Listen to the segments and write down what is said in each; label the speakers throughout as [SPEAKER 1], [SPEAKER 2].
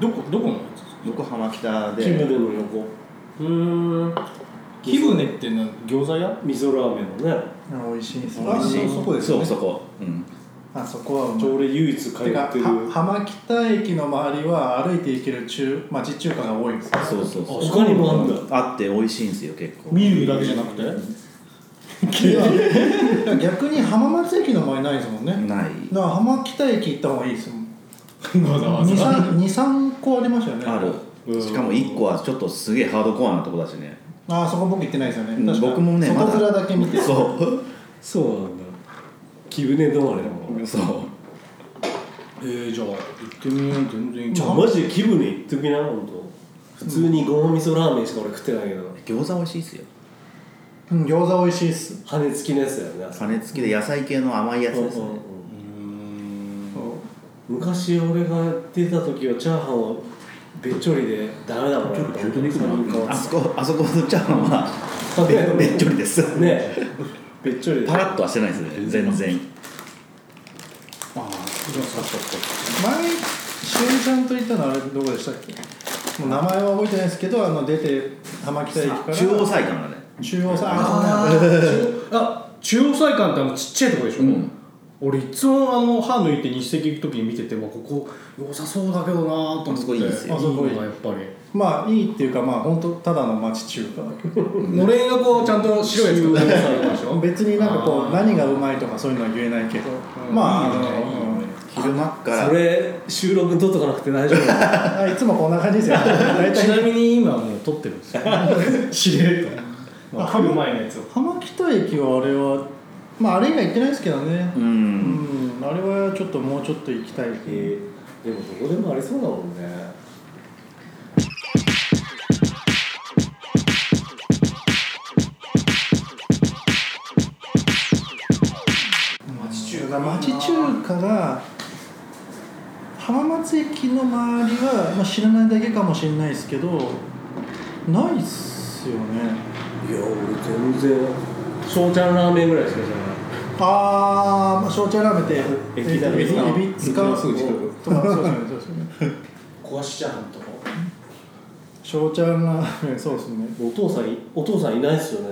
[SPEAKER 1] どこどこのやつですか
[SPEAKER 2] 横浜北で
[SPEAKER 3] キムネの横
[SPEAKER 1] うーん木舟ってな餃子屋
[SPEAKER 3] 味噌ラーメンのね
[SPEAKER 4] あ美味しいです
[SPEAKER 2] 美味しい
[SPEAKER 4] あそそこですよね
[SPEAKER 2] そうそこ、うん、
[SPEAKER 4] あそこはうまい
[SPEAKER 3] 俺唯一通って
[SPEAKER 4] て
[SPEAKER 3] る
[SPEAKER 4] かは浜北駅の周りは歩いて行ける中町中華が多いんですよ
[SPEAKER 2] そうそうそう
[SPEAKER 3] 他にもあるんだ
[SPEAKER 2] あって美味しいんですよ結構
[SPEAKER 1] 見るだけじゃなくて
[SPEAKER 4] いや 逆に浜松駅の前ないですもんね
[SPEAKER 2] ない
[SPEAKER 4] だから浜北駅行った方がいいですもん
[SPEAKER 1] わざわざ
[SPEAKER 4] 23個ありましたよね
[SPEAKER 2] ある、
[SPEAKER 3] うん
[SPEAKER 2] しかも1個はちょっとすげえハードコアなとこだしね、
[SPEAKER 4] あーそこ僕行ってないですよね、
[SPEAKER 2] うん
[SPEAKER 4] 確か
[SPEAKER 2] 僕もねま
[SPEAKER 4] 外面
[SPEAKER 2] だ
[SPEAKER 4] だけ見て
[SPEAKER 2] そう
[SPEAKER 3] そうなんだキムネ止まりだもん
[SPEAKER 2] そう
[SPEAKER 1] えー、じゃあ行ってみよう全然行っ
[SPEAKER 3] ち
[SPEAKER 1] ちゃ
[SPEAKER 3] ょ
[SPEAKER 1] う
[SPEAKER 3] マジでキムネ行っときな本当。普通にごま味噌ラーメンしか俺食ってないけど
[SPEAKER 2] 餃子美味しいですよ
[SPEAKER 4] うん餃子美味しいっす
[SPEAKER 3] 羽根付きのやつだよねあそこ
[SPEAKER 2] 羽根付きで野菜系の甘いやつですね、
[SPEAKER 3] うんうんうん
[SPEAKER 1] うーん
[SPEAKER 3] 昔俺が出た時はチャーハンはべっちょりでダメだもんちょっと
[SPEAKER 2] 本当に行くのあそこあそこのチャーハンはべ
[SPEAKER 3] ね
[SPEAKER 2] べっちょりです
[SPEAKER 3] ねべっちょりで
[SPEAKER 2] パラッとはしてないですね全然
[SPEAKER 4] ああそうそうそう前しおりちゃんと行ったのはあれどこでしたっけもう名前は覚えてないですけどあの出て浜北駅から
[SPEAKER 2] 中央菜館だね
[SPEAKER 4] 中央さ
[SPEAKER 1] あ
[SPEAKER 4] あ
[SPEAKER 1] ーあ中央菜館ってあのちっちゃいとこでしょ、
[SPEAKER 2] うん
[SPEAKER 1] 俺いつもあの歯抜いて日赤行く時に見ててもここ良さそうだけどなーと思って
[SPEAKER 2] あそこいいですよ
[SPEAKER 1] あそこいいなやっぱり、
[SPEAKER 4] まあいいっていうかまあ本当ただの町中
[SPEAKER 1] のれんがこうちゃんと白いやつが出てるでし
[SPEAKER 4] 華
[SPEAKER 1] ょ
[SPEAKER 4] 別になんかこ
[SPEAKER 1] あ
[SPEAKER 4] う
[SPEAKER 1] ー
[SPEAKER 4] 何がうまいとかそういうのは言えないけど
[SPEAKER 1] うん
[SPEAKER 4] まあ
[SPEAKER 1] いいよね
[SPEAKER 4] あの
[SPEAKER 1] いいよね
[SPEAKER 2] 昼間っから
[SPEAKER 3] それ収録取っとかなくて大丈 夫
[SPEAKER 4] あいつもこんな感じですよ大
[SPEAKER 1] ち
[SPEAKER 4] 体
[SPEAKER 1] なみに今もう撮ってるんですよ知 れると、まあ、来る前のやつを
[SPEAKER 4] 浜北駅はあれはまああれ以外行ってないですけどね
[SPEAKER 2] う
[SPEAKER 4] うんん、あれはちょっともうちょっと行きたい
[SPEAKER 3] えーでもどこでもありそうだもんね
[SPEAKER 4] 町中華町中華が浜松駅の周りは、まあ、知らないだけかもしれないですけどないっすよね
[SPEAKER 3] いや俺全然翔ちゃんラーメンぐらいしか知らない
[SPEAKER 4] あー、まあ焼酎ラーメンって
[SPEAKER 3] 駅だ
[SPEAKER 4] えっと
[SPEAKER 3] 駅
[SPEAKER 4] エビ使う
[SPEAKER 3] すぐ近く
[SPEAKER 4] とかそうですねそうですね
[SPEAKER 3] 壊しちゃうんとか
[SPEAKER 4] 焼酎ラーメンそうですね
[SPEAKER 3] お父さんいお父さんいないっすよね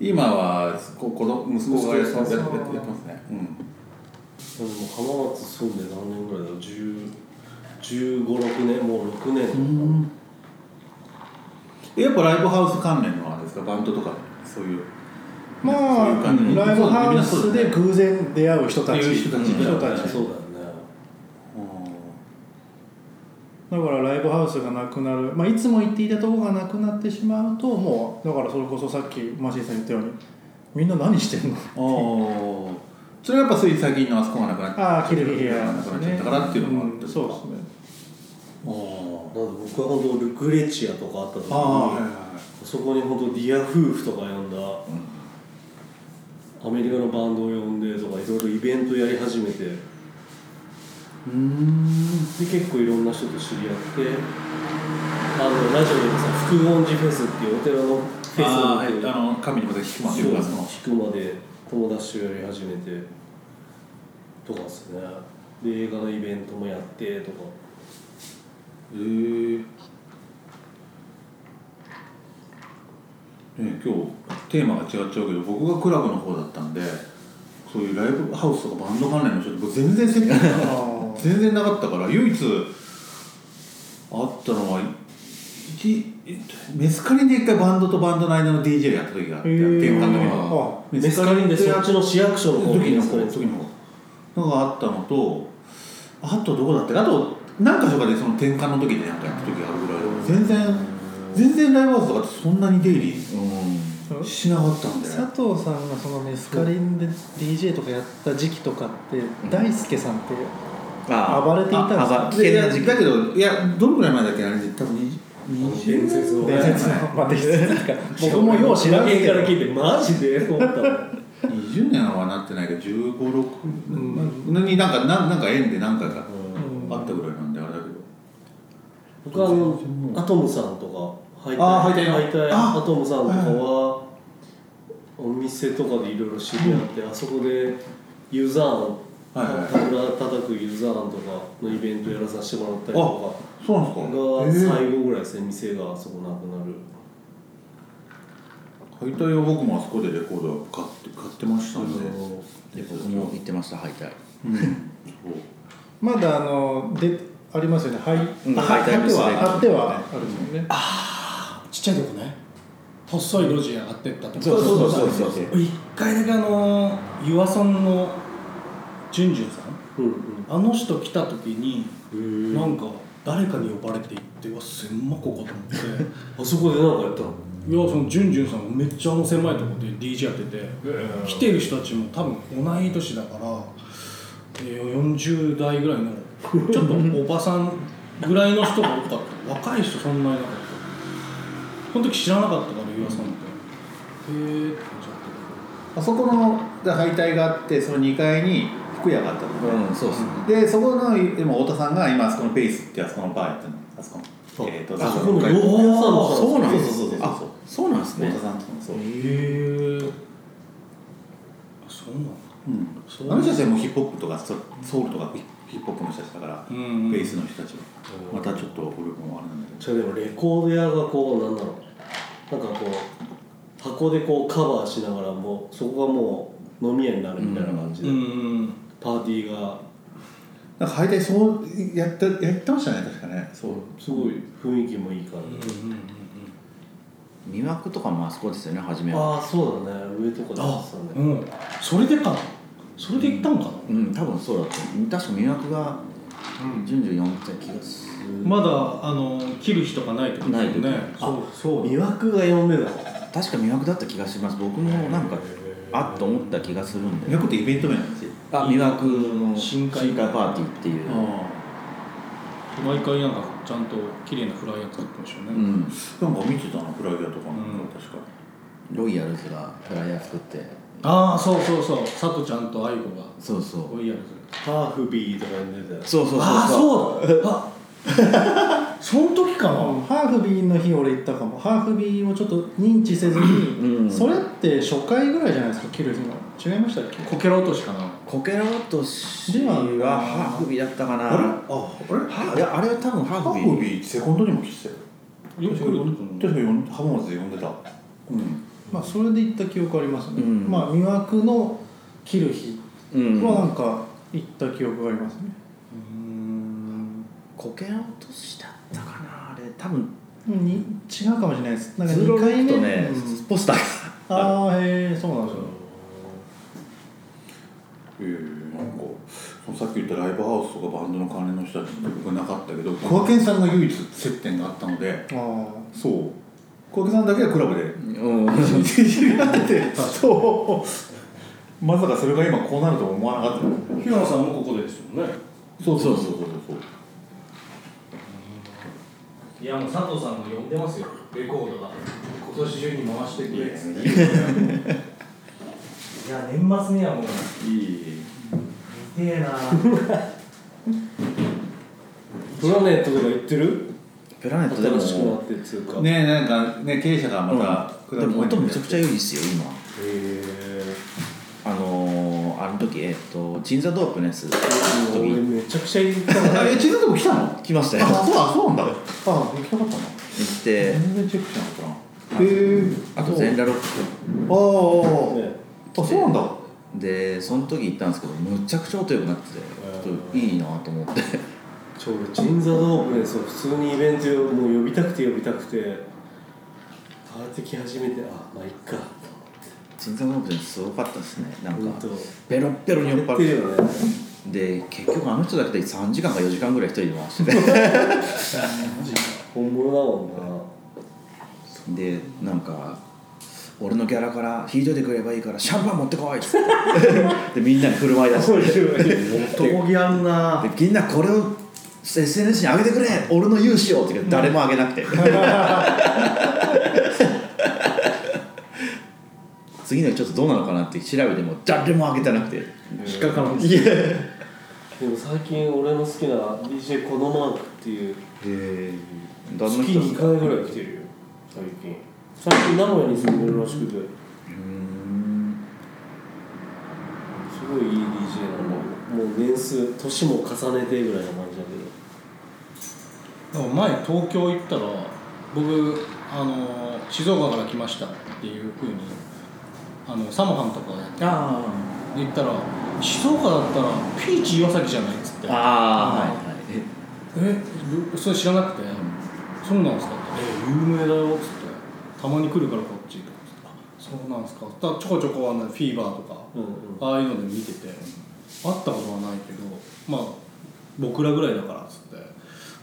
[SPEAKER 5] 今はここの息子がやって
[SPEAKER 4] 息子
[SPEAKER 5] やって
[SPEAKER 4] さん
[SPEAKER 5] やってますね、うん、
[SPEAKER 3] でも浜松住んで何年ぐらいだろう1 5 6年もう6年
[SPEAKER 5] やっぱライブハウス関連のあれですかバンドとかそういう
[SPEAKER 4] ま
[SPEAKER 5] そういう
[SPEAKER 4] あ
[SPEAKER 5] 感じ
[SPEAKER 4] ライブハウスで偶然出会う人たち
[SPEAKER 5] っていう人たち
[SPEAKER 4] 人
[SPEAKER 3] だ
[SPEAKER 4] た
[SPEAKER 3] よね
[SPEAKER 4] ち
[SPEAKER 3] そうだよね
[SPEAKER 4] だからライブハウスがなくなる、まあ、いつも行っていたところがなくなってしまうともうだからそれこそさっきマシーさん言ったようにみんな何してんの
[SPEAKER 5] あーそれはやっぱつい最近のあそこがなくなっちゃ
[SPEAKER 4] ああキルヒヒア
[SPEAKER 5] なくなっちゃったからっていうのもあって
[SPEAKER 4] んそうですね
[SPEAKER 5] う
[SPEAKER 3] なんで僕は本当ルクレチアとかあった時にそこに本当ディア夫婦とか呼んだ、アメリカのバンドを呼んでとかいろいろイベントやり始めてで結構いろんな人と知り合ってあのラジオでさ福音寺フェスっていうお寺のフ
[SPEAKER 5] あ
[SPEAKER 3] ェス
[SPEAKER 5] ー
[SPEAKER 3] に
[SPEAKER 5] あの神にまた引くまで
[SPEAKER 3] そう
[SPEAKER 5] る
[SPEAKER 3] で
[SPEAKER 5] か
[SPEAKER 3] す
[SPEAKER 5] その
[SPEAKER 3] 聞くまで友達とやり始めてとかですねで映画のイベントもやってとか
[SPEAKER 5] えーね、今日テーマが違っちゃうけど僕がクラブの方だったんでそういうライブハウスとかバンド関連の人って僕全然接点がなかった 全然なかったから唯一あったのは一メスカリンで一回バンドとバンドの間の DJ やった時があって電話の時の
[SPEAKER 4] あ
[SPEAKER 3] メスカリンでそっちの市役所の方
[SPEAKER 5] 時の
[SPEAKER 3] そ
[SPEAKER 5] 方
[SPEAKER 3] れ
[SPEAKER 5] 時の方のがあったのとあとどこだってあと何か所かでその転換の時でなんかやった時があるぐらいで全然全然ライブハウスとかってそんなに出入り
[SPEAKER 2] うん
[SPEAKER 5] しなかったんだよ
[SPEAKER 4] 佐藤さんがそのメスカリンで DJ とかやった時期とかって大輔さんって
[SPEAKER 2] あ
[SPEAKER 4] 暴れていたんです
[SPEAKER 2] あ
[SPEAKER 4] か
[SPEAKER 2] あ危険
[SPEAKER 5] いや
[SPEAKER 2] な時期
[SPEAKER 5] だけどいやどのぐらい前だっけあれ多分20
[SPEAKER 3] 伝説の
[SPEAKER 4] 伝説のまあ伝説っていうか僕もよう知らん
[SPEAKER 3] け
[SPEAKER 4] けど
[SPEAKER 3] から聞いてマジでと思ったの
[SPEAKER 5] 20年はなってないけど1 5六
[SPEAKER 4] ん
[SPEAKER 5] 6になんかなんなんか縁で何回か
[SPEAKER 4] うん
[SPEAKER 5] あったぐらいなんであれだけど
[SPEAKER 3] 僕はあのアトムさんとか敗退
[SPEAKER 5] あー敗退
[SPEAKER 3] 敗退
[SPEAKER 5] あ
[SPEAKER 3] アトムさんとかはお店とかでいろいろ知り合ってあそこでユーザーン
[SPEAKER 5] はいはい
[SPEAKER 3] 油叩くユーザーンとかのイベントやらさせてもらったりとか
[SPEAKER 5] そうなん
[SPEAKER 3] が
[SPEAKER 5] ですかへえ
[SPEAKER 3] 最後ぐらいですね店がそこなくなる
[SPEAKER 5] 解体は僕もあそこでレコード買って買ってましたんで、
[SPEAKER 2] で僕も行ってました敗退
[SPEAKER 5] うん
[SPEAKER 4] まだあのでありますよねはい、
[SPEAKER 2] うん
[SPEAKER 4] あはい
[SPEAKER 2] はい
[SPEAKER 4] あって
[SPEAKER 2] はい
[SPEAKER 4] はあってはあるんですよね
[SPEAKER 1] ちっちゃいとこね細い路地上がってったとこ
[SPEAKER 2] そうそうそうそうそう
[SPEAKER 1] 一回だけあの湯浅のじゅんじゅんさん
[SPEAKER 3] うんうん
[SPEAKER 1] あの人来た時に
[SPEAKER 3] へ
[SPEAKER 1] なんか誰かに呼ばれて行ってうわ狭ここと思ってい
[SPEAKER 3] あそこでなんかやったの
[SPEAKER 1] やそのじゅんじゅんさんもめっちゃあの狭いとこで DJ やってて来てる人たちも多分同い年だからえー40代ぐらいのちょっとおばさんぐらいの人が多かった若い人そんなになかったその時知らなかったから湯浅さんって、へえって感じだった
[SPEAKER 2] あそこの
[SPEAKER 5] 敗退があってその2階に
[SPEAKER 2] 服屋があったのねうんそうですね
[SPEAKER 5] でそこの今太田さんが今あそこのベースってあそこのバーやってるのあそこ
[SPEAKER 2] そう
[SPEAKER 5] えーと
[SPEAKER 2] あそ
[SPEAKER 3] この
[SPEAKER 5] ラジオ
[SPEAKER 3] 洋
[SPEAKER 5] の
[SPEAKER 3] 服屋さんの
[SPEAKER 5] あ
[SPEAKER 2] そうなんです
[SPEAKER 5] そうそうそうそう
[SPEAKER 2] あそうなんです
[SPEAKER 5] 太
[SPEAKER 2] ね
[SPEAKER 5] 田さんとかもそう、
[SPEAKER 1] へえそうなんだ
[SPEAKER 5] うん
[SPEAKER 1] そ
[SPEAKER 5] あの人たちはもうヒップホップとかソソウルとかヒップホップの人たちだから、
[SPEAKER 1] うんうん
[SPEAKER 5] ベースの人たちは
[SPEAKER 3] うん
[SPEAKER 5] またちょっと俺もあれなんだけ
[SPEAKER 3] じゃあでもレコード屋がこうなんだろうなんかこう箱でこうカバーしながらもうそこがもう飲み屋になるみたいな感じで、
[SPEAKER 1] うん
[SPEAKER 3] パーティーが
[SPEAKER 5] どなんか敗退そうやってやってましたね確かねそう
[SPEAKER 3] すごい雰囲気もいい感
[SPEAKER 1] うんうんうん
[SPEAKER 3] じ、
[SPEAKER 2] 魅惑とかもあそこですよね初めは
[SPEAKER 3] ああそうだね上とかでやってたね
[SPEAKER 1] うんうんそれでかなそれで行ったんかな、
[SPEAKER 2] うん多分そうだと思う確か魅惑が順序4点気がする
[SPEAKER 1] まだあの切る日とかない時だよね
[SPEAKER 2] ない時
[SPEAKER 1] そうそう
[SPEAKER 3] 魅惑が読めだ
[SPEAKER 2] 確か魅惑だった気がします僕もなんかあっと思った気がするんで
[SPEAKER 5] 脈ってイベント名なんですよ
[SPEAKER 2] あ魅惑の
[SPEAKER 1] 深海
[SPEAKER 2] パーティーっていう
[SPEAKER 1] 毎回なんかちゃんと綺麗なフライヤー作ってましたよね、
[SPEAKER 2] うん
[SPEAKER 5] なんか見てたなフライヤーとかなん
[SPEAKER 1] うん
[SPEAKER 5] か確か、
[SPEAKER 2] ロイヤルズがフライヤー作って
[SPEAKER 1] ああそうそうそうさとちゃんと愛子が
[SPEAKER 2] そうそう
[SPEAKER 1] こういうや
[SPEAKER 3] ハーフビーとか読んでたよ
[SPEAKER 2] そうそうそうそう
[SPEAKER 1] ああそうだあその時かな、
[SPEAKER 4] うんハーフビーの日俺行ったかもハーフビーをちょっと認知せずに、
[SPEAKER 2] うん
[SPEAKER 4] それって初回ぐらいじゃないですか切る日の違いましたっけ
[SPEAKER 1] こけら落としかな
[SPEAKER 2] こけら落としはハーフビーだったかな
[SPEAKER 5] あれああれ
[SPEAKER 2] いやあれは多分ハ
[SPEAKER 5] ハ
[SPEAKER 2] ーフビ
[SPEAKER 5] ー
[SPEAKER 2] ー
[SPEAKER 5] フビーセコンドにも来てた
[SPEAKER 1] よ
[SPEAKER 5] よ
[SPEAKER 1] く来ると思う
[SPEAKER 5] 確か呼ん浜松で呼んでたうん
[SPEAKER 4] まあそれで行った記憶ありますね、
[SPEAKER 2] うん
[SPEAKER 4] まあ魅惑の切る日
[SPEAKER 2] うん
[SPEAKER 4] はなんか行った記憶がありますね、
[SPEAKER 1] うん
[SPEAKER 2] こけら落としだったかなあれ多分
[SPEAKER 4] に違うかもしれないですなんか
[SPEAKER 2] 通路
[SPEAKER 4] 2
[SPEAKER 2] に
[SPEAKER 4] 回
[SPEAKER 2] 行く
[SPEAKER 4] 目
[SPEAKER 2] とね、
[SPEAKER 4] うん
[SPEAKER 2] ポスターが
[SPEAKER 4] ああへえそうなんですよ
[SPEAKER 5] ええなんかそのさっき言ったライブハウスとかバンドの関連の人たちも僕なかったけど小涌園さんが唯一接点があったので
[SPEAKER 4] あ
[SPEAKER 5] そう小涌園さんだけはクラブで
[SPEAKER 2] うん
[SPEAKER 5] 知られてそうまさかそれが今こうなるとは思わなかったよね
[SPEAKER 1] 平野さんもここでですもんね
[SPEAKER 5] そうそうそうそうそう
[SPEAKER 1] いやもう佐藤さんが呼んでますよレコードが今年中に回してくれっつっていや年末にはもう
[SPEAKER 5] いい
[SPEAKER 1] 見てえな
[SPEAKER 3] プラネットとか言ってる
[SPEAKER 2] プラネットでも
[SPEAKER 3] 新しくなってっつうか
[SPEAKER 5] ねえなんかね経営者がま
[SPEAKER 2] う
[SPEAKER 5] た
[SPEAKER 2] んでも
[SPEAKER 5] に
[SPEAKER 2] 音めちゃくちゃ良いですよ今
[SPEAKER 3] へえ
[SPEAKER 2] あのー、あの時えっ、と鎮座ドープネスの
[SPEAKER 3] 俺
[SPEAKER 2] 時
[SPEAKER 3] めちゃくちゃ言ったな
[SPEAKER 5] あえ地図でも来たの
[SPEAKER 2] 来ましたよ
[SPEAKER 5] あそうあそうなんだ
[SPEAKER 4] あ行きたかったな
[SPEAKER 2] 行って
[SPEAKER 5] 全然チェックしなかったな
[SPEAKER 2] あ
[SPEAKER 5] え
[SPEAKER 2] あと全裸ロッ
[SPEAKER 5] ああ
[SPEAKER 3] ね
[SPEAKER 5] あそうなんだ
[SPEAKER 2] クでその時行ったんですけどむちゃくちゃ音良くなっててちょっといいなと思って
[SPEAKER 3] ちょうど銀座ドープでそう普通にイベントをもう呼びたくて呼びたくて変わってき始めてあまあいっか
[SPEAKER 2] 鎮座ドープネスすごかったですねなん
[SPEAKER 3] 本
[SPEAKER 2] か
[SPEAKER 3] 当
[SPEAKER 2] ベロッベロに酔っ
[SPEAKER 3] や
[SPEAKER 2] 払
[SPEAKER 3] っ
[SPEAKER 2] ってて
[SPEAKER 3] るよね
[SPEAKER 2] で結局あの人だけで3時間か4時間ぐらい一人で回してて
[SPEAKER 3] 本物だも
[SPEAKER 2] でなんか俺のギャラから引いといてくればいいからシャンパン持ってこいっ つってでみんなに振る舞い出してで
[SPEAKER 1] 気あんな
[SPEAKER 2] でみんなこれを SNS に上げてくれ俺の融資をって言うけど誰も上げなくて次の日ちょっとどうなのかなって調べても誰も上げてなくて
[SPEAKER 3] んな
[SPEAKER 1] 引っかかるん
[SPEAKER 2] いや
[SPEAKER 3] でも最近俺の好きな DJ このマークっていう
[SPEAKER 2] どんな
[SPEAKER 3] 月
[SPEAKER 2] 人
[SPEAKER 3] 2回ぐらい来てるよ最近最近名古屋に住んでるらしくてすごいいい DJ なんだもう年数年も重ねてぐらいの感じだ
[SPEAKER 1] でも前東京行ったら僕あの静岡から来ましたっていうふうにあのサモハンとか
[SPEAKER 4] あ
[SPEAKER 1] で行ったら静岡だったらピーチ岩崎じゃないっつって
[SPEAKER 2] ああはいはい
[SPEAKER 1] えぶそれ知らなくて、そうなんですかってえ有名だよっつってたまに来るからこっちとかつってあそうなんですかだからちょこちょこあのフィーバーとか、
[SPEAKER 3] けど、うん
[SPEAKER 1] ああいうので見てて、会ったことはないけどまあ僕らぐらいだからっつって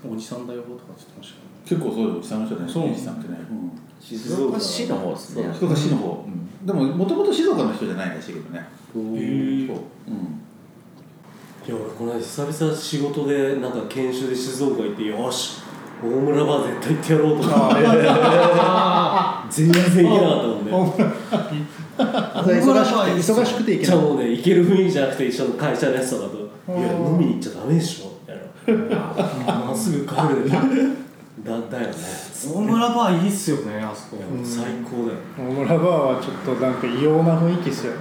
[SPEAKER 1] おじさんだよとかつってましたけど
[SPEAKER 5] 結構そういうおじさんの人だね
[SPEAKER 1] そう
[SPEAKER 5] おじさんってね、うん
[SPEAKER 2] 静岡市の方ですね
[SPEAKER 5] 静岡市の方、でももともと静岡の人じゃないらしいけどね
[SPEAKER 3] うん
[SPEAKER 1] へー
[SPEAKER 5] そう、うん、
[SPEAKER 3] いや俺この間久々仕事でなんか研修で静岡行ってよし大村バー絶対行ってやろうと思って全然行けなかったもんね
[SPEAKER 4] あ忙しくて忙しくていけ
[SPEAKER 3] じ
[SPEAKER 4] な
[SPEAKER 3] ゃあ
[SPEAKER 4] い
[SPEAKER 3] もうね行ける雰囲気じゃなくて一緒の会社のやつとかと「いや飲みに行っちゃダメでしょ」みたいな「まっすぐ帰るで」だだよね
[SPEAKER 1] 大村バーいいっすよねあそこ
[SPEAKER 3] いやもう最高だよ
[SPEAKER 4] 大村バーはちょっとなんか異様な雰囲気ですよ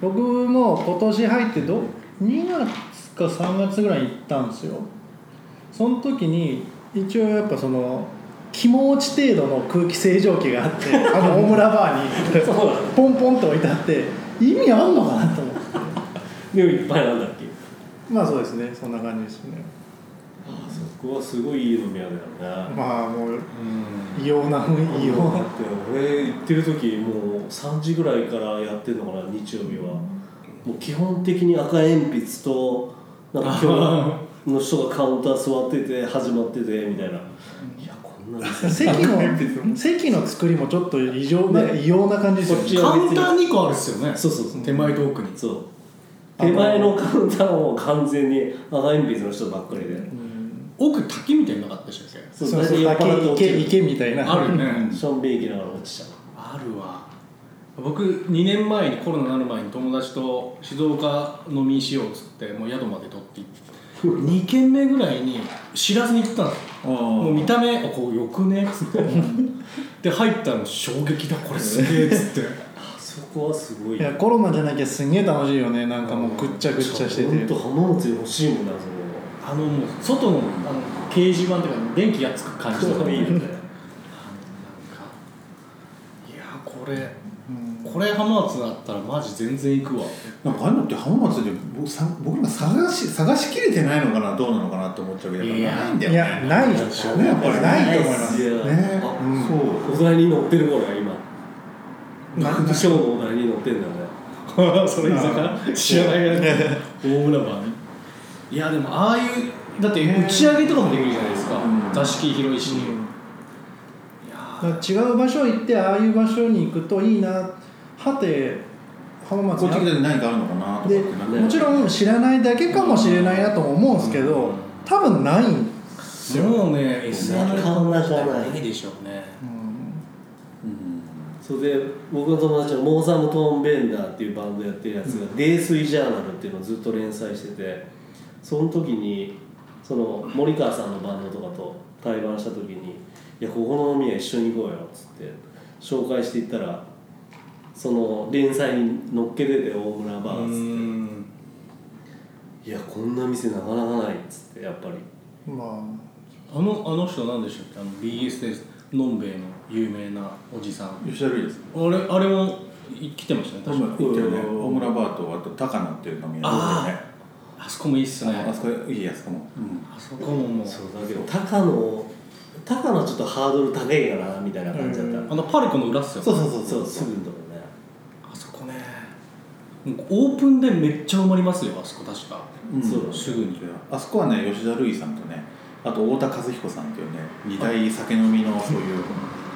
[SPEAKER 4] 僕も今年入ってど2月か3月ぐらいに行ったんですよその時に一応やっぱその気持ち程度の空気清浄機があ ってあの大村バーにポンポンと置いてあって意味あんのかなと思って
[SPEAKER 3] でもいっぱいなんだっけ
[SPEAKER 4] まあそうですねそんな感じですね
[SPEAKER 3] あそこはすごいいい飲み屋だよね
[SPEAKER 4] まあもう異様な雰囲気異様
[SPEAKER 3] だ
[SPEAKER 4] な
[SPEAKER 3] って俺行ってる時もう3時ぐらいからやってるのかな日曜日はもう基本的に赤鉛筆となんか今日の人がカウンター座ってて始まっててみたいないやこんな店
[SPEAKER 4] 席の席の作りもちょっと異常な異様な感じですよね
[SPEAKER 1] カウンター2個あるっすよね
[SPEAKER 3] そうそうそう
[SPEAKER 1] 手前と奥に
[SPEAKER 3] そう手前のカウンターはもう完全に赤鉛筆の人ばっかりで
[SPEAKER 1] 奥滝みたいになかったでしたっけ
[SPEAKER 3] そう
[SPEAKER 4] そう
[SPEAKER 3] 大
[SPEAKER 4] そう
[SPEAKER 3] 体酔っ払って
[SPEAKER 4] だ
[SPEAKER 3] 落
[SPEAKER 4] け池
[SPEAKER 3] ちる
[SPEAKER 4] 池みたいな
[SPEAKER 1] あるね
[SPEAKER 3] ションベン行きながら落ちちゃう
[SPEAKER 1] あるわ僕2年前にコロナになる前に友達と静岡飲みしようっつってもう宿まで取って行って2軒目ぐらいに知らずに行ったのもう見た目あこうよくねっつってで入ったの衝撃だこれすげえっつって
[SPEAKER 3] あそこはすごい
[SPEAKER 4] いやコロナじゃなきゃすんげえ楽しいよねなんかもうぐっちゃぐっちゃして
[SPEAKER 3] 本
[SPEAKER 4] て
[SPEAKER 3] 当浜松欲しいもんなそ
[SPEAKER 1] あのもう外のあの掲示板とかに電気がつく感じとか
[SPEAKER 3] こ
[SPEAKER 1] も
[SPEAKER 3] いいよね
[SPEAKER 1] いやこれこれ浜松だったらマジ全然行くわ
[SPEAKER 5] なんかああいうのって浜松で僕さ僕今探し探しきれてないのかなどうなのかなって思っちゃうけど
[SPEAKER 1] いや
[SPEAKER 5] ないんだよ
[SPEAKER 4] い
[SPEAKER 5] ね
[SPEAKER 4] やないでしょ
[SPEAKER 5] ねやっぱりないと思いま
[SPEAKER 3] い
[SPEAKER 5] す
[SPEAKER 3] や
[SPEAKER 5] ね
[SPEAKER 3] あ
[SPEAKER 5] うんそう
[SPEAKER 3] お題に乗ってるこれ今
[SPEAKER 4] な
[SPEAKER 3] 今日のお題に乗ってんだよね
[SPEAKER 1] それ居酒屋知らない やつ大村バーにいやでもああいうだって打ち上げとかもできるじゃないですか、
[SPEAKER 5] うん
[SPEAKER 1] 座敷広いし、い
[SPEAKER 4] だ
[SPEAKER 1] や
[SPEAKER 4] から違う場所行ってああいう場所に行くといいなはて浜松
[SPEAKER 5] こっち来た
[SPEAKER 4] に
[SPEAKER 5] 時何かあるのかなとか
[SPEAKER 4] で
[SPEAKER 5] ってなんか
[SPEAKER 3] ね
[SPEAKER 4] もちろん知らないだけかもしれないなとも思うんですけど多分ない、う
[SPEAKER 1] ーもうね SR
[SPEAKER 3] なかなかない
[SPEAKER 1] ないでしょうね
[SPEAKER 4] ん、
[SPEAKER 3] それで僕の友達のモーサム・トーンベンダーっていうバンドやってるやつが「泥酔ジャーナル」っていうのをずっと連載しててその時にその森川さんのバンドとかと対バンした時に「いやここの飲み屋一緒に行こうよ」っつって紹介していったらその連載に乗っけてて大村バ
[SPEAKER 1] う
[SPEAKER 3] ーっつっ
[SPEAKER 1] ん
[SPEAKER 3] て「いやこんな店なかなかない」っつってやっぱり
[SPEAKER 4] ま
[SPEAKER 1] あのあの人なんでしたっけあの BS ですのんべえの有名なおじさん
[SPEAKER 5] 吉田類です
[SPEAKER 1] あれあれもい来てましたね
[SPEAKER 5] 多
[SPEAKER 1] 確か
[SPEAKER 5] 分行ってるね
[SPEAKER 3] う
[SPEAKER 5] 大村バーとあと高野っていう飲み屋でね
[SPEAKER 1] ああそこもいいっすね
[SPEAKER 5] あそこいいやつかも、うん
[SPEAKER 1] あそこももう
[SPEAKER 3] そうだけど高野高野ちょっとハードル高いかなみたいな感じだった
[SPEAKER 1] あのパルコの裏っすよ
[SPEAKER 3] そうそうそうそうすぐのとこね
[SPEAKER 1] あそこねもうオープンでめっちゃ埋まりますよあそこ確か
[SPEAKER 5] うん
[SPEAKER 3] そうだね
[SPEAKER 1] すぐに
[SPEAKER 5] あそこはね吉田類さんとねあと太田和彦さんっていうね二大酒飲みのそういう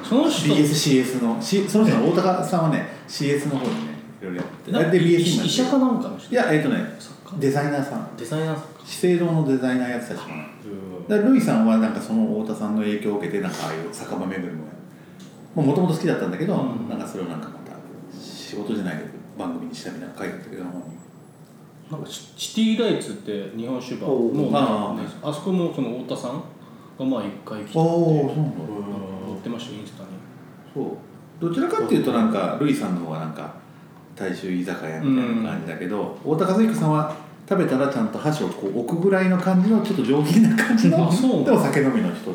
[SPEAKER 1] その人
[SPEAKER 5] BSCS の、C、その人の太田さんはね CS の方でねいろいろやって
[SPEAKER 1] なん
[SPEAKER 5] あれで BS にな
[SPEAKER 1] 医者かなんかの人
[SPEAKER 5] いやえっ、とね
[SPEAKER 1] 作家
[SPEAKER 5] デザイナーさん
[SPEAKER 1] デザイナーさんか
[SPEAKER 5] 資生堂のデザイナーやってた人かなだからルイさんはなんかその太田さんの影響を受けてなんかああいう酒場巡りももともと好きだったんだけど、
[SPEAKER 1] うん
[SPEAKER 5] なんかそれをなんかまた仕事じゃないけど番組にしたみたいな書いてあったけど
[SPEAKER 1] なんかシシティライツって日本酒場
[SPEAKER 3] おう
[SPEAKER 1] の
[SPEAKER 5] あ
[SPEAKER 1] ねあそこもその太田さんがまあ一回来てて
[SPEAKER 5] お
[SPEAKER 1] 載
[SPEAKER 5] そうなんだ
[SPEAKER 1] ってましたよインスタに
[SPEAKER 5] そうどちらかっていうとなんかルイさんの方がなんか大衆居酒屋みたいな感じだけど、太田和彦さんは食べたらちゃんと箸をこう置くぐらいの感じのちょっと上品な感じの
[SPEAKER 1] あそう
[SPEAKER 5] でも酒飲みの人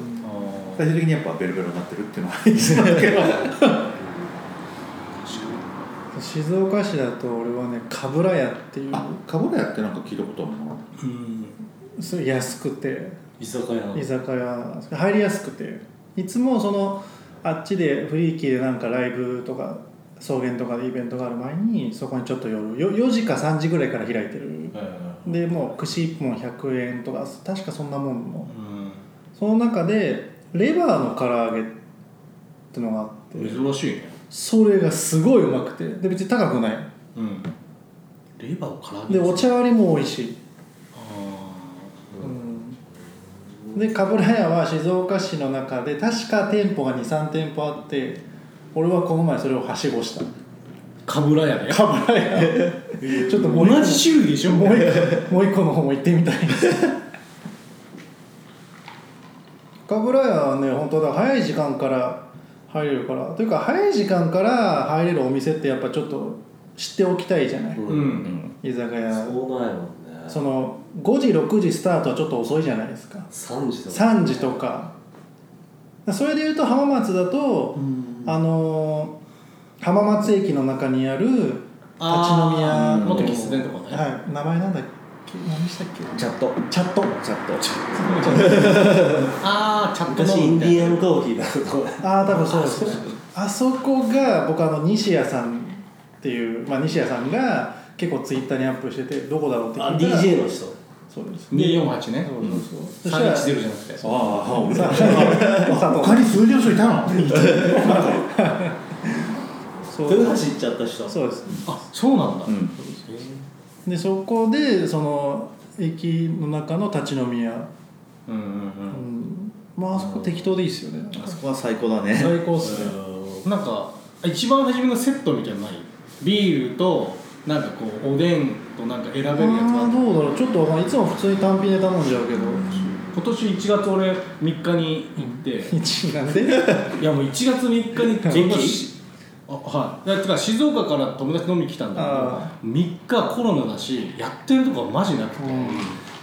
[SPEAKER 5] 最終的にやっぱベロベロになってるっていうのは印象だけど
[SPEAKER 4] 静岡市だと俺はねかぶら屋っていう
[SPEAKER 5] あかぼらやってなんか聞いたことあるの
[SPEAKER 1] うん
[SPEAKER 4] それ安くて
[SPEAKER 3] 居酒屋の
[SPEAKER 4] 居酒屋入りやすくていつもそのあっちでフリーキーでなんかライブとか草原とかでイベントがある前にそこにちょっと夜よ4時か3時ぐらいから開いてるでもう串1本100円とか確かそんなもんのその中でレバーの唐揚げってのがあって
[SPEAKER 1] 珍しいね
[SPEAKER 4] それがすごいうまくてで別に高くない
[SPEAKER 1] うんレバーを絡ん
[SPEAKER 4] で
[SPEAKER 1] で
[SPEAKER 4] お茶割りも美味しい、うん、でかぶら屋は静岡市の中で確か店舗が23店舗あって俺はこの前それをはしごした
[SPEAKER 1] かぶらやね
[SPEAKER 4] かぶら屋ちょっともう一個
[SPEAKER 1] 同じ種類でしょ
[SPEAKER 4] もう一個もう一個の方も行っ てみたいかぶら屋はね本当だ早い時間から入れるからというか早い時間から入れるお店ってやっぱちょっと知っておきたいじゃない、
[SPEAKER 3] うん
[SPEAKER 1] うん
[SPEAKER 4] 居酒屋
[SPEAKER 3] そうないもんね
[SPEAKER 4] その5時6時スタートはちょっと遅いじゃないですか
[SPEAKER 3] 3時とか
[SPEAKER 4] 3時とかそれでいうと浜松だと、あのー浜松駅の中にある立ち飲み屋
[SPEAKER 1] あー
[SPEAKER 4] の
[SPEAKER 1] 元喫茶店とかね
[SPEAKER 4] はい、名前なんだっけ何でしたっけ
[SPEAKER 2] チャット
[SPEAKER 4] チャット
[SPEAKER 2] チャット
[SPEAKER 1] ああチャット
[SPEAKER 3] 昔インデ
[SPEAKER 1] ア
[SPEAKER 3] ィアンコーヒーだとか
[SPEAKER 4] ああ多分そうですあそこが僕あの西谷さんっていう、まあ、西谷さんが結構ツイッターにアップしててどこだろうって聞
[SPEAKER 3] あ
[SPEAKER 4] いたら
[SPEAKER 3] DJ の人
[SPEAKER 4] そうです
[SPEAKER 1] 248ね
[SPEAKER 4] そうそうそう、そしたら
[SPEAKER 1] 310じゃなくて
[SPEAKER 5] ああ俺
[SPEAKER 4] さあ
[SPEAKER 5] 他に数字の人いたの
[SPEAKER 4] そう
[SPEAKER 3] 豊橋行っちゃった人
[SPEAKER 4] そうです
[SPEAKER 1] あそうなんだ
[SPEAKER 2] うん
[SPEAKER 4] でそこでその駅の中の立ち飲み屋、
[SPEAKER 1] うんうん
[SPEAKER 4] う
[SPEAKER 1] うん
[SPEAKER 4] ん、まああそこ適当でいいですよね
[SPEAKER 2] あそこは最高だね
[SPEAKER 4] 最高っすね
[SPEAKER 1] なんか一番初めのセットみたいなのないビールとなんかこうおでんとなんか選べるや
[SPEAKER 4] あ
[SPEAKER 1] つあ
[SPEAKER 4] ー
[SPEAKER 1] る
[SPEAKER 4] どうだろうちょっとまあいつも普通に単品で頼んじゃう けど
[SPEAKER 1] 今年1月俺3日に行って
[SPEAKER 4] 1なんで
[SPEAKER 1] いやもう1月3日に
[SPEAKER 3] 元気
[SPEAKER 1] あはいいやてか静岡から友達飲みに来たんだ
[SPEAKER 4] あ
[SPEAKER 1] けど3日コロナだしやってるとこはマジなくて、
[SPEAKER 4] うん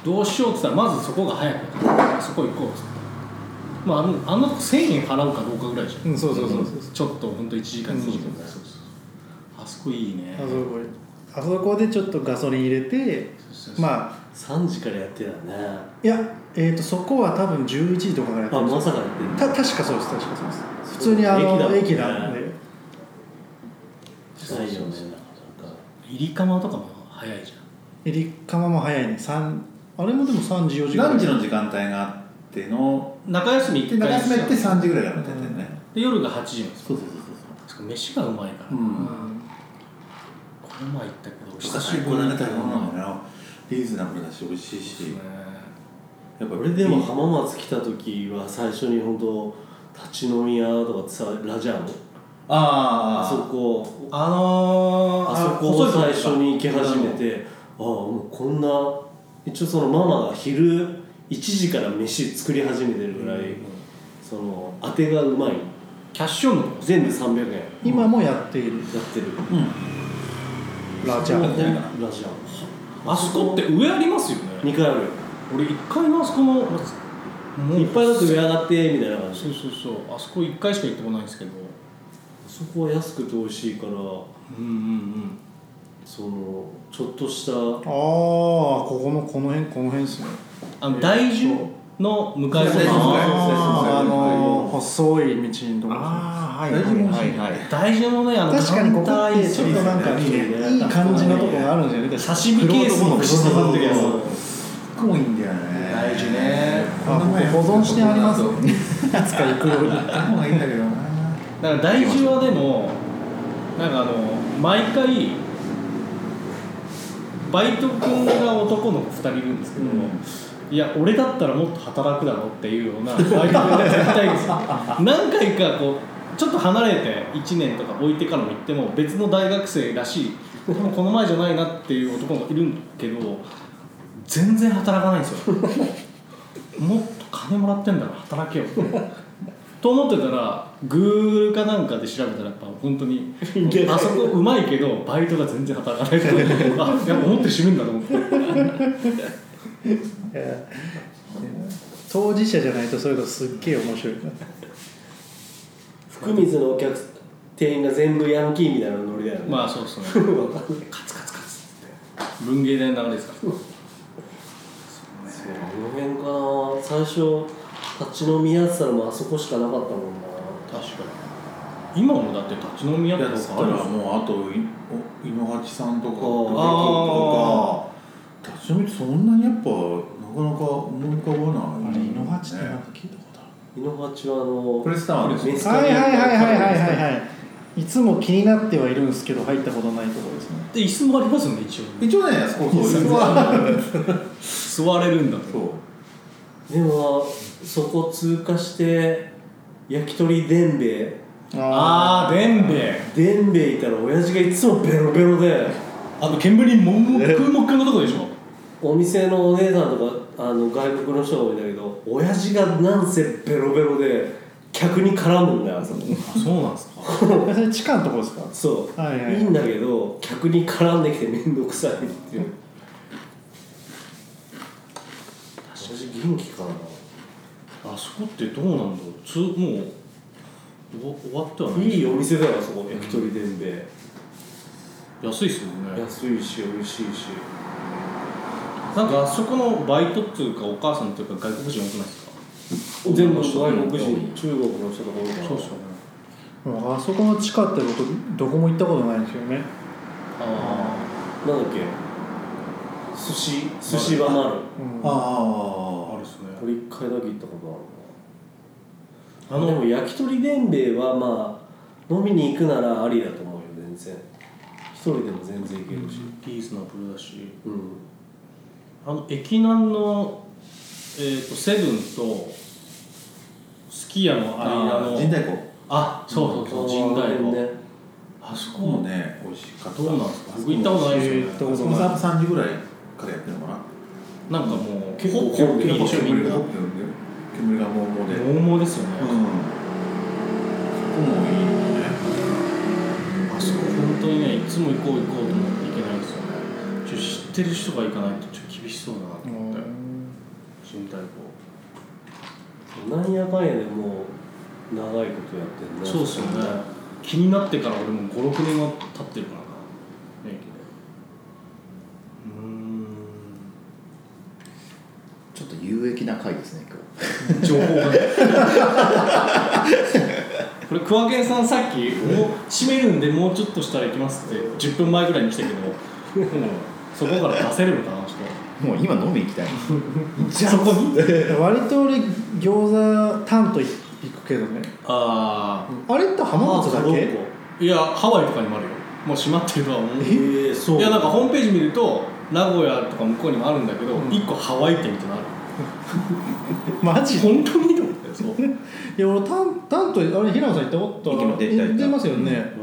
[SPEAKER 1] どうしようって言ったらまずそこが早くなったそこ行こうっつってまああのあの1000円払うかどうかぐらいじゃん、
[SPEAKER 4] うんそうそうそうそう
[SPEAKER 1] ちょっとほんと1時間2時間ぐらい、あそこいいね
[SPEAKER 4] あそこあそこでちょっとガソリン入れてまあ
[SPEAKER 3] 3時からやってたね
[SPEAKER 4] いやえー、とそこは多分11時とかからやって
[SPEAKER 3] あ
[SPEAKER 4] る
[SPEAKER 3] まさかやってんの
[SPEAKER 4] た確かそうです確かそうです普通にあの
[SPEAKER 3] 駅
[SPEAKER 4] 駅
[SPEAKER 3] だもんね
[SPEAKER 4] なんで
[SPEAKER 3] ないよねなんか
[SPEAKER 1] 入り釜とかも早いじ
[SPEAKER 4] 入り釜も早いね三あれもでも3時4時ぐらい
[SPEAKER 5] 何時の時間帯があっての
[SPEAKER 1] ゃん中休み
[SPEAKER 5] で
[SPEAKER 1] 1
[SPEAKER 5] 中
[SPEAKER 1] 回
[SPEAKER 5] 休めって3時ぐらいからやってたよね
[SPEAKER 1] で夜が8時なんですよ
[SPEAKER 5] そうそうそう
[SPEAKER 1] しかも飯がうまいから、
[SPEAKER 5] そううん
[SPEAKER 1] この前行ったけど
[SPEAKER 5] 久しぶりだね食べ物もねリーズナブルだし美味しい
[SPEAKER 1] で
[SPEAKER 5] し
[SPEAKER 1] すね
[SPEAKER 5] やっぱ
[SPEAKER 3] 俺でも浜松来た時は最初に本当立ち飲み屋とかさラジャーの
[SPEAKER 5] あ
[SPEAKER 3] あ
[SPEAKER 5] あ
[SPEAKER 3] そこ
[SPEAKER 1] あのー、
[SPEAKER 3] あそこを最初に行き始めてああもうこんな一応そのママが昼1時から飯作り始めてるぐらい、その当てがうまい
[SPEAKER 1] キャッシュオンのとこ
[SPEAKER 3] 全部300円や
[SPEAKER 4] 今もやっている
[SPEAKER 3] ってる
[SPEAKER 4] ラジャー
[SPEAKER 3] ラジャー
[SPEAKER 1] あそこって上ありますよね
[SPEAKER 3] 2回あるよ
[SPEAKER 1] 俺一回のあそこのもう
[SPEAKER 3] いっぱいだと上上がってみたいな感じ
[SPEAKER 1] そうそうそうあそこ一回しか行ってこないんですけど
[SPEAKER 3] そこは安くて美味しいから
[SPEAKER 1] うんうん
[SPEAKER 3] そのちょっとした
[SPEAKER 4] ああここのこの辺この辺ですね
[SPEAKER 1] うんあの大樹の向かい
[SPEAKER 5] 大樹の向かい
[SPEAKER 1] 側
[SPEAKER 4] あーあ
[SPEAKER 5] そうそうそう
[SPEAKER 4] のー細い道のとこ
[SPEAKER 2] ああはい
[SPEAKER 5] はい
[SPEAKER 2] はいはい
[SPEAKER 1] 大樹のねあの
[SPEAKER 4] 確かにここ
[SPEAKER 1] カウンター
[SPEAKER 4] っ
[SPEAKER 1] いい
[SPEAKER 4] て
[SPEAKER 1] です
[SPEAKER 4] ちょ
[SPEAKER 1] よ
[SPEAKER 4] っとなんかいい
[SPEAKER 3] ね
[SPEAKER 4] いい感じのとこがあるんじゃないですか
[SPEAKER 1] 刺身ケースの串刺さってるやつ
[SPEAKER 5] そうこもいいんだよね
[SPEAKER 1] 大事ね
[SPEAKER 4] あここ保存してありますよ
[SPEAKER 5] ね
[SPEAKER 4] いつか行くように
[SPEAKER 5] あった方がいいんだけどな
[SPEAKER 1] だから大樹はでもなんかあの毎回バイト君が男の子2人いるんですけど、いや俺だったらもっと働くだろうっていうようなバイト君が絶対いるんですよ何回かこうちょっと離れて1年とか置いてからも行っても別の大学生らしいでもこの前じゃないなっていう男がいるんだけど全然働かないん ですよもっと金もらってんだから働けよってと思ってたら Google かなんかで調べたらやっぱ本当に あそこうまいけどバイトが全然働かないとかあやっぱ思ってる趣味だと思って
[SPEAKER 4] いや当事者じゃないとそういうのすっげえ面白いから
[SPEAKER 3] 福水のお客店員が全部ヤンキーみたいなノリだよね、
[SPEAKER 1] まあそうっすねカツカツカツって文芸で流れですから
[SPEAKER 3] そうあの辺かな最初立ち飲みやってたのもあそこしかなかったもんな
[SPEAKER 1] 確かに今もだって立ち飲み屋と
[SPEAKER 5] や
[SPEAKER 1] かあるんで
[SPEAKER 5] つ
[SPEAKER 1] す
[SPEAKER 5] か
[SPEAKER 1] よ
[SPEAKER 5] らもうあといお井ノ八さんとか
[SPEAKER 1] あ
[SPEAKER 5] とか立ち飲みってそんなにやっぱなかなか思い浮かばない
[SPEAKER 4] あれ井の八ってなん
[SPEAKER 5] ね
[SPEAKER 4] か聞いたことある
[SPEAKER 3] 井の八はあの
[SPEAKER 5] プレスターです
[SPEAKER 3] メ
[SPEAKER 5] ね
[SPEAKER 3] スカ
[SPEAKER 4] はい
[SPEAKER 3] リン
[SPEAKER 4] はいはいはいはいはいはいいつも気になってはいるんですけど入ったことないところですね
[SPEAKER 1] で椅子もありますよね一応
[SPEAKER 5] 一応ねそう そうそう
[SPEAKER 1] 座れるんだと
[SPEAKER 5] そう
[SPEAKER 3] でもそこ通過して焼き鳥でんべい
[SPEAKER 1] ああでんべい
[SPEAKER 3] でんべいいたら親父がいつもベロベロで
[SPEAKER 1] あの煙もんもくもくのとこでしょ
[SPEAKER 3] お店のお姉さんとかあの外国の人が多いんだけど親父がなんせベロベロで客に絡むんだよあそこ
[SPEAKER 1] あそうなんですか
[SPEAKER 4] あそれ地下のところですか
[SPEAKER 3] そう、
[SPEAKER 4] はい
[SPEAKER 3] い
[SPEAKER 4] はい
[SPEAKER 3] い、んだけど客に絡んできて面倒くさいっていう確かに元気かな
[SPEAKER 1] あそこってどうなんだろうつもうお終わってはない
[SPEAKER 3] いいお店だよあそこ焼き鳥でんべい
[SPEAKER 1] 安いっすもんね
[SPEAKER 3] 安いし美味しいし
[SPEAKER 1] なんかあそこのバイトっていうかお母さんっていうか外国人多くないですか
[SPEAKER 3] 全部外国人中国の人とか多いから
[SPEAKER 1] そうっすよね
[SPEAKER 4] うんあそこの地下ってことどこも行ったことないんですよね
[SPEAKER 1] あ
[SPEAKER 3] なんだっけ寿司寿司は
[SPEAKER 4] う
[SPEAKER 3] なる
[SPEAKER 4] ん
[SPEAKER 1] あ
[SPEAKER 5] あ
[SPEAKER 1] あるっすね
[SPEAKER 3] これ一回だけ行ったことあ
[SPEAKER 1] あ
[SPEAKER 3] るなあで
[SPEAKER 1] の
[SPEAKER 3] も焼き鳥でんべいはまあ飲みに行くならありだと思うよ全然一人でも全然行けるし
[SPEAKER 1] リーズナブルだし
[SPEAKER 3] うん、
[SPEAKER 1] あの駅南の、えー、とセブンとすき家の間
[SPEAKER 5] あ
[SPEAKER 1] の
[SPEAKER 5] 神代湖
[SPEAKER 1] あそうそうそう神代湖、
[SPEAKER 3] ね
[SPEAKER 1] あそこ
[SPEAKER 5] もう
[SPEAKER 1] も
[SPEAKER 5] ね美味しかった
[SPEAKER 1] どうなんですか僕行ったことないですよね
[SPEAKER 4] えーっ
[SPEAKER 5] あ
[SPEAKER 4] と
[SPEAKER 5] そこさ3時ぐらいからやってるのかな
[SPEAKER 1] なんかもう
[SPEAKER 3] 結
[SPEAKER 1] ほ
[SPEAKER 3] 構
[SPEAKER 1] ほ
[SPEAKER 3] 結
[SPEAKER 1] いいでしょみん
[SPEAKER 5] 煙
[SPEAKER 1] な
[SPEAKER 5] が煙がもうもうで
[SPEAKER 1] もうもうですよね
[SPEAKER 5] うん、そこもいいよね。
[SPEAKER 1] あそこ本当にねいつも行こう行こうと思って行けないんですよねちょっと知ってる人が行かないとちょっと厳しそうだなと思って新太
[SPEAKER 3] なんやかんやでもう長いことやってる
[SPEAKER 1] 鼓そうっすよね気になってから俺も56年は経ってるからな免疫でうーん
[SPEAKER 2] ちょっと有益な回ですね今日
[SPEAKER 1] 情報がねこれ桑健さんさっきもう閉めるんでもうちょっとしたら行きますって10分前ぐらいに来たけどもうそこから出せるのかなちょっ
[SPEAKER 2] もう今飲み行きたい
[SPEAKER 1] とそこに
[SPEAKER 4] 割と俺餃子タンと行くけどね
[SPEAKER 1] あ
[SPEAKER 4] あれって浜松だけ
[SPEAKER 1] あいやハワイとかにもあるよもう閉まってるとは思うい
[SPEAKER 3] ええそうい
[SPEAKER 1] やなんかホームページ見ると名古屋とか向こうにもあるんだけど、一1個ハワイ店みたいなのある
[SPEAKER 4] マジで
[SPEAKER 1] 本当にと思ってそう
[SPEAKER 4] いや俺タンタンとあれ平野さん行ったこと
[SPEAKER 2] 行きま
[SPEAKER 4] あ
[SPEAKER 2] した行った行った
[SPEAKER 4] 行ってますよね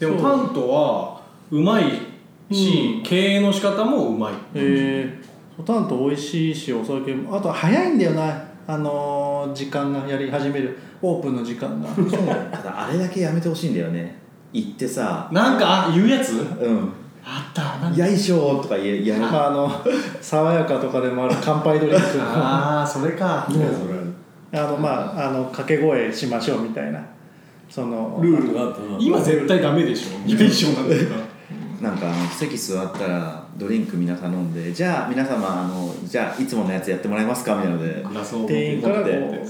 [SPEAKER 1] でも
[SPEAKER 4] そう
[SPEAKER 1] タントはうまいし、経営の仕方もうまい
[SPEAKER 4] えー、タンと美味しいしお酒もあと早いんだよなあのー時間がやり始めるオープンの時間が
[SPEAKER 2] ただあれだけやめてほしいんだよね行ってさ
[SPEAKER 1] なんかあ言うやつ
[SPEAKER 2] うん
[SPEAKER 1] あったなん
[SPEAKER 2] 「
[SPEAKER 1] か
[SPEAKER 2] やいしょ」とか言えやる
[SPEAKER 4] まああの爽やかとかでもある乾杯ドリンク のあ
[SPEAKER 1] ああそれか
[SPEAKER 4] のまああの掛け声しましょうみたいなその
[SPEAKER 3] ルールがあったな
[SPEAKER 1] 今絶対ダメでしょ2以上なんだから
[SPEAKER 2] なんかあの席座ったらドリンクみんな頼んでじゃあ皆様あのじゃあいつものやつやってもらえますかみたいなので
[SPEAKER 1] グラスを持
[SPEAKER 4] 店員からこ
[SPEAKER 2] 持って
[SPEAKER 4] う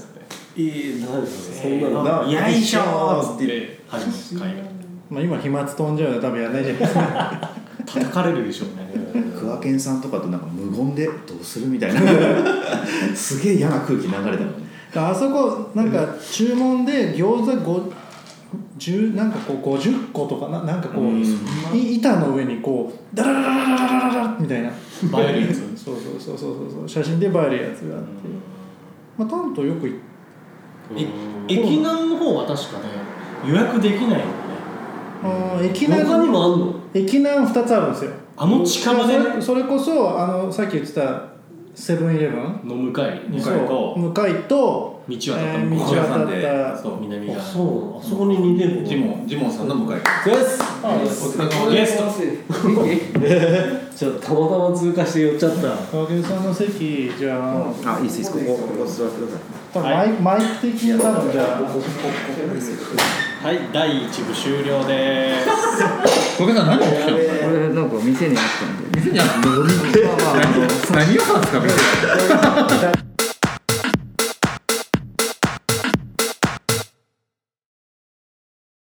[SPEAKER 3] ええなんかそんなの
[SPEAKER 2] な
[SPEAKER 1] よいしょーっつって始まる会が
[SPEAKER 4] まあ、今飛沫飛んじゃうの多分やらないじゃないですか
[SPEAKER 1] 叩かれるでしょうね
[SPEAKER 2] クワケンさんとかとなんか無言でどうするみたい なすげえ嫌な空気流れたのね
[SPEAKER 4] あそこなんか注文で餃子ご10なんかこう50個とかななんかこう、
[SPEAKER 2] うん
[SPEAKER 4] い板の上にこうダララララララララみたいな
[SPEAKER 1] バイオリンズ
[SPEAKER 4] そうそうそうそうそうそう写真で映えるやつがあって、まあ、担当よく行っ
[SPEAKER 1] え駅南の方は確かね予約できないよね
[SPEAKER 4] あー駅南
[SPEAKER 3] 他にもあんの
[SPEAKER 4] 駅南2つあるんですよ
[SPEAKER 1] あの近場で
[SPEAKER 4] それそれこそあのさっき言ってたセブンイレブン
[SPEAKER 1] 飲む会
[SPEAKER 5] 向
[SPEAKER 4] そ
[SPEAKER 5] かいうと
[SPEAKER 4] 向かいと
[SPEAKER 1] 道
[SPEAKER 4] え
[SPEAKER 1] はたった向こ
[SPEAKER 4] ー道渡
[SPEAKER 5] 道渡っ
[SPEAKER 4] ったた
[SPEAKER 5] そう
[SPEAKER 1] 南
[SPEAKER 3] あ
[SPEAKER 1] 側
[SPEAKER 3] そうなのあそこに2年
[SPEAKER 5] ジモンジモンさんの向かい
[SPEAKER 3] そうです
[SPEAKER 5] お疲れ様
[SPEAKER 1] ゲ
[SPEAKER 5] で
[SPEAKER 1] ス
[SPEAKER 5] す
[SPEAKER 1] ト
[SPEAKER 3] じゃあたまたま通過して寄っちゃった
[SPEAKER 4] 影さんの席じゃあ、
[SPEAKER 2] あいいですいいですここここ座ってください
[SPEAKER 4] 多分マイクマイク的に多分じゃあ
[SPEAKER 1] はい第一部終了で
[SPEAKER 5] 小池さん何をしてるんですか
[SPEAKER 2] これなんか店にあったんで
[SPEAKER 5] 店にある
[SPEAKER 2] まあまああの
[SPEAKER 5] 何をしたんですか店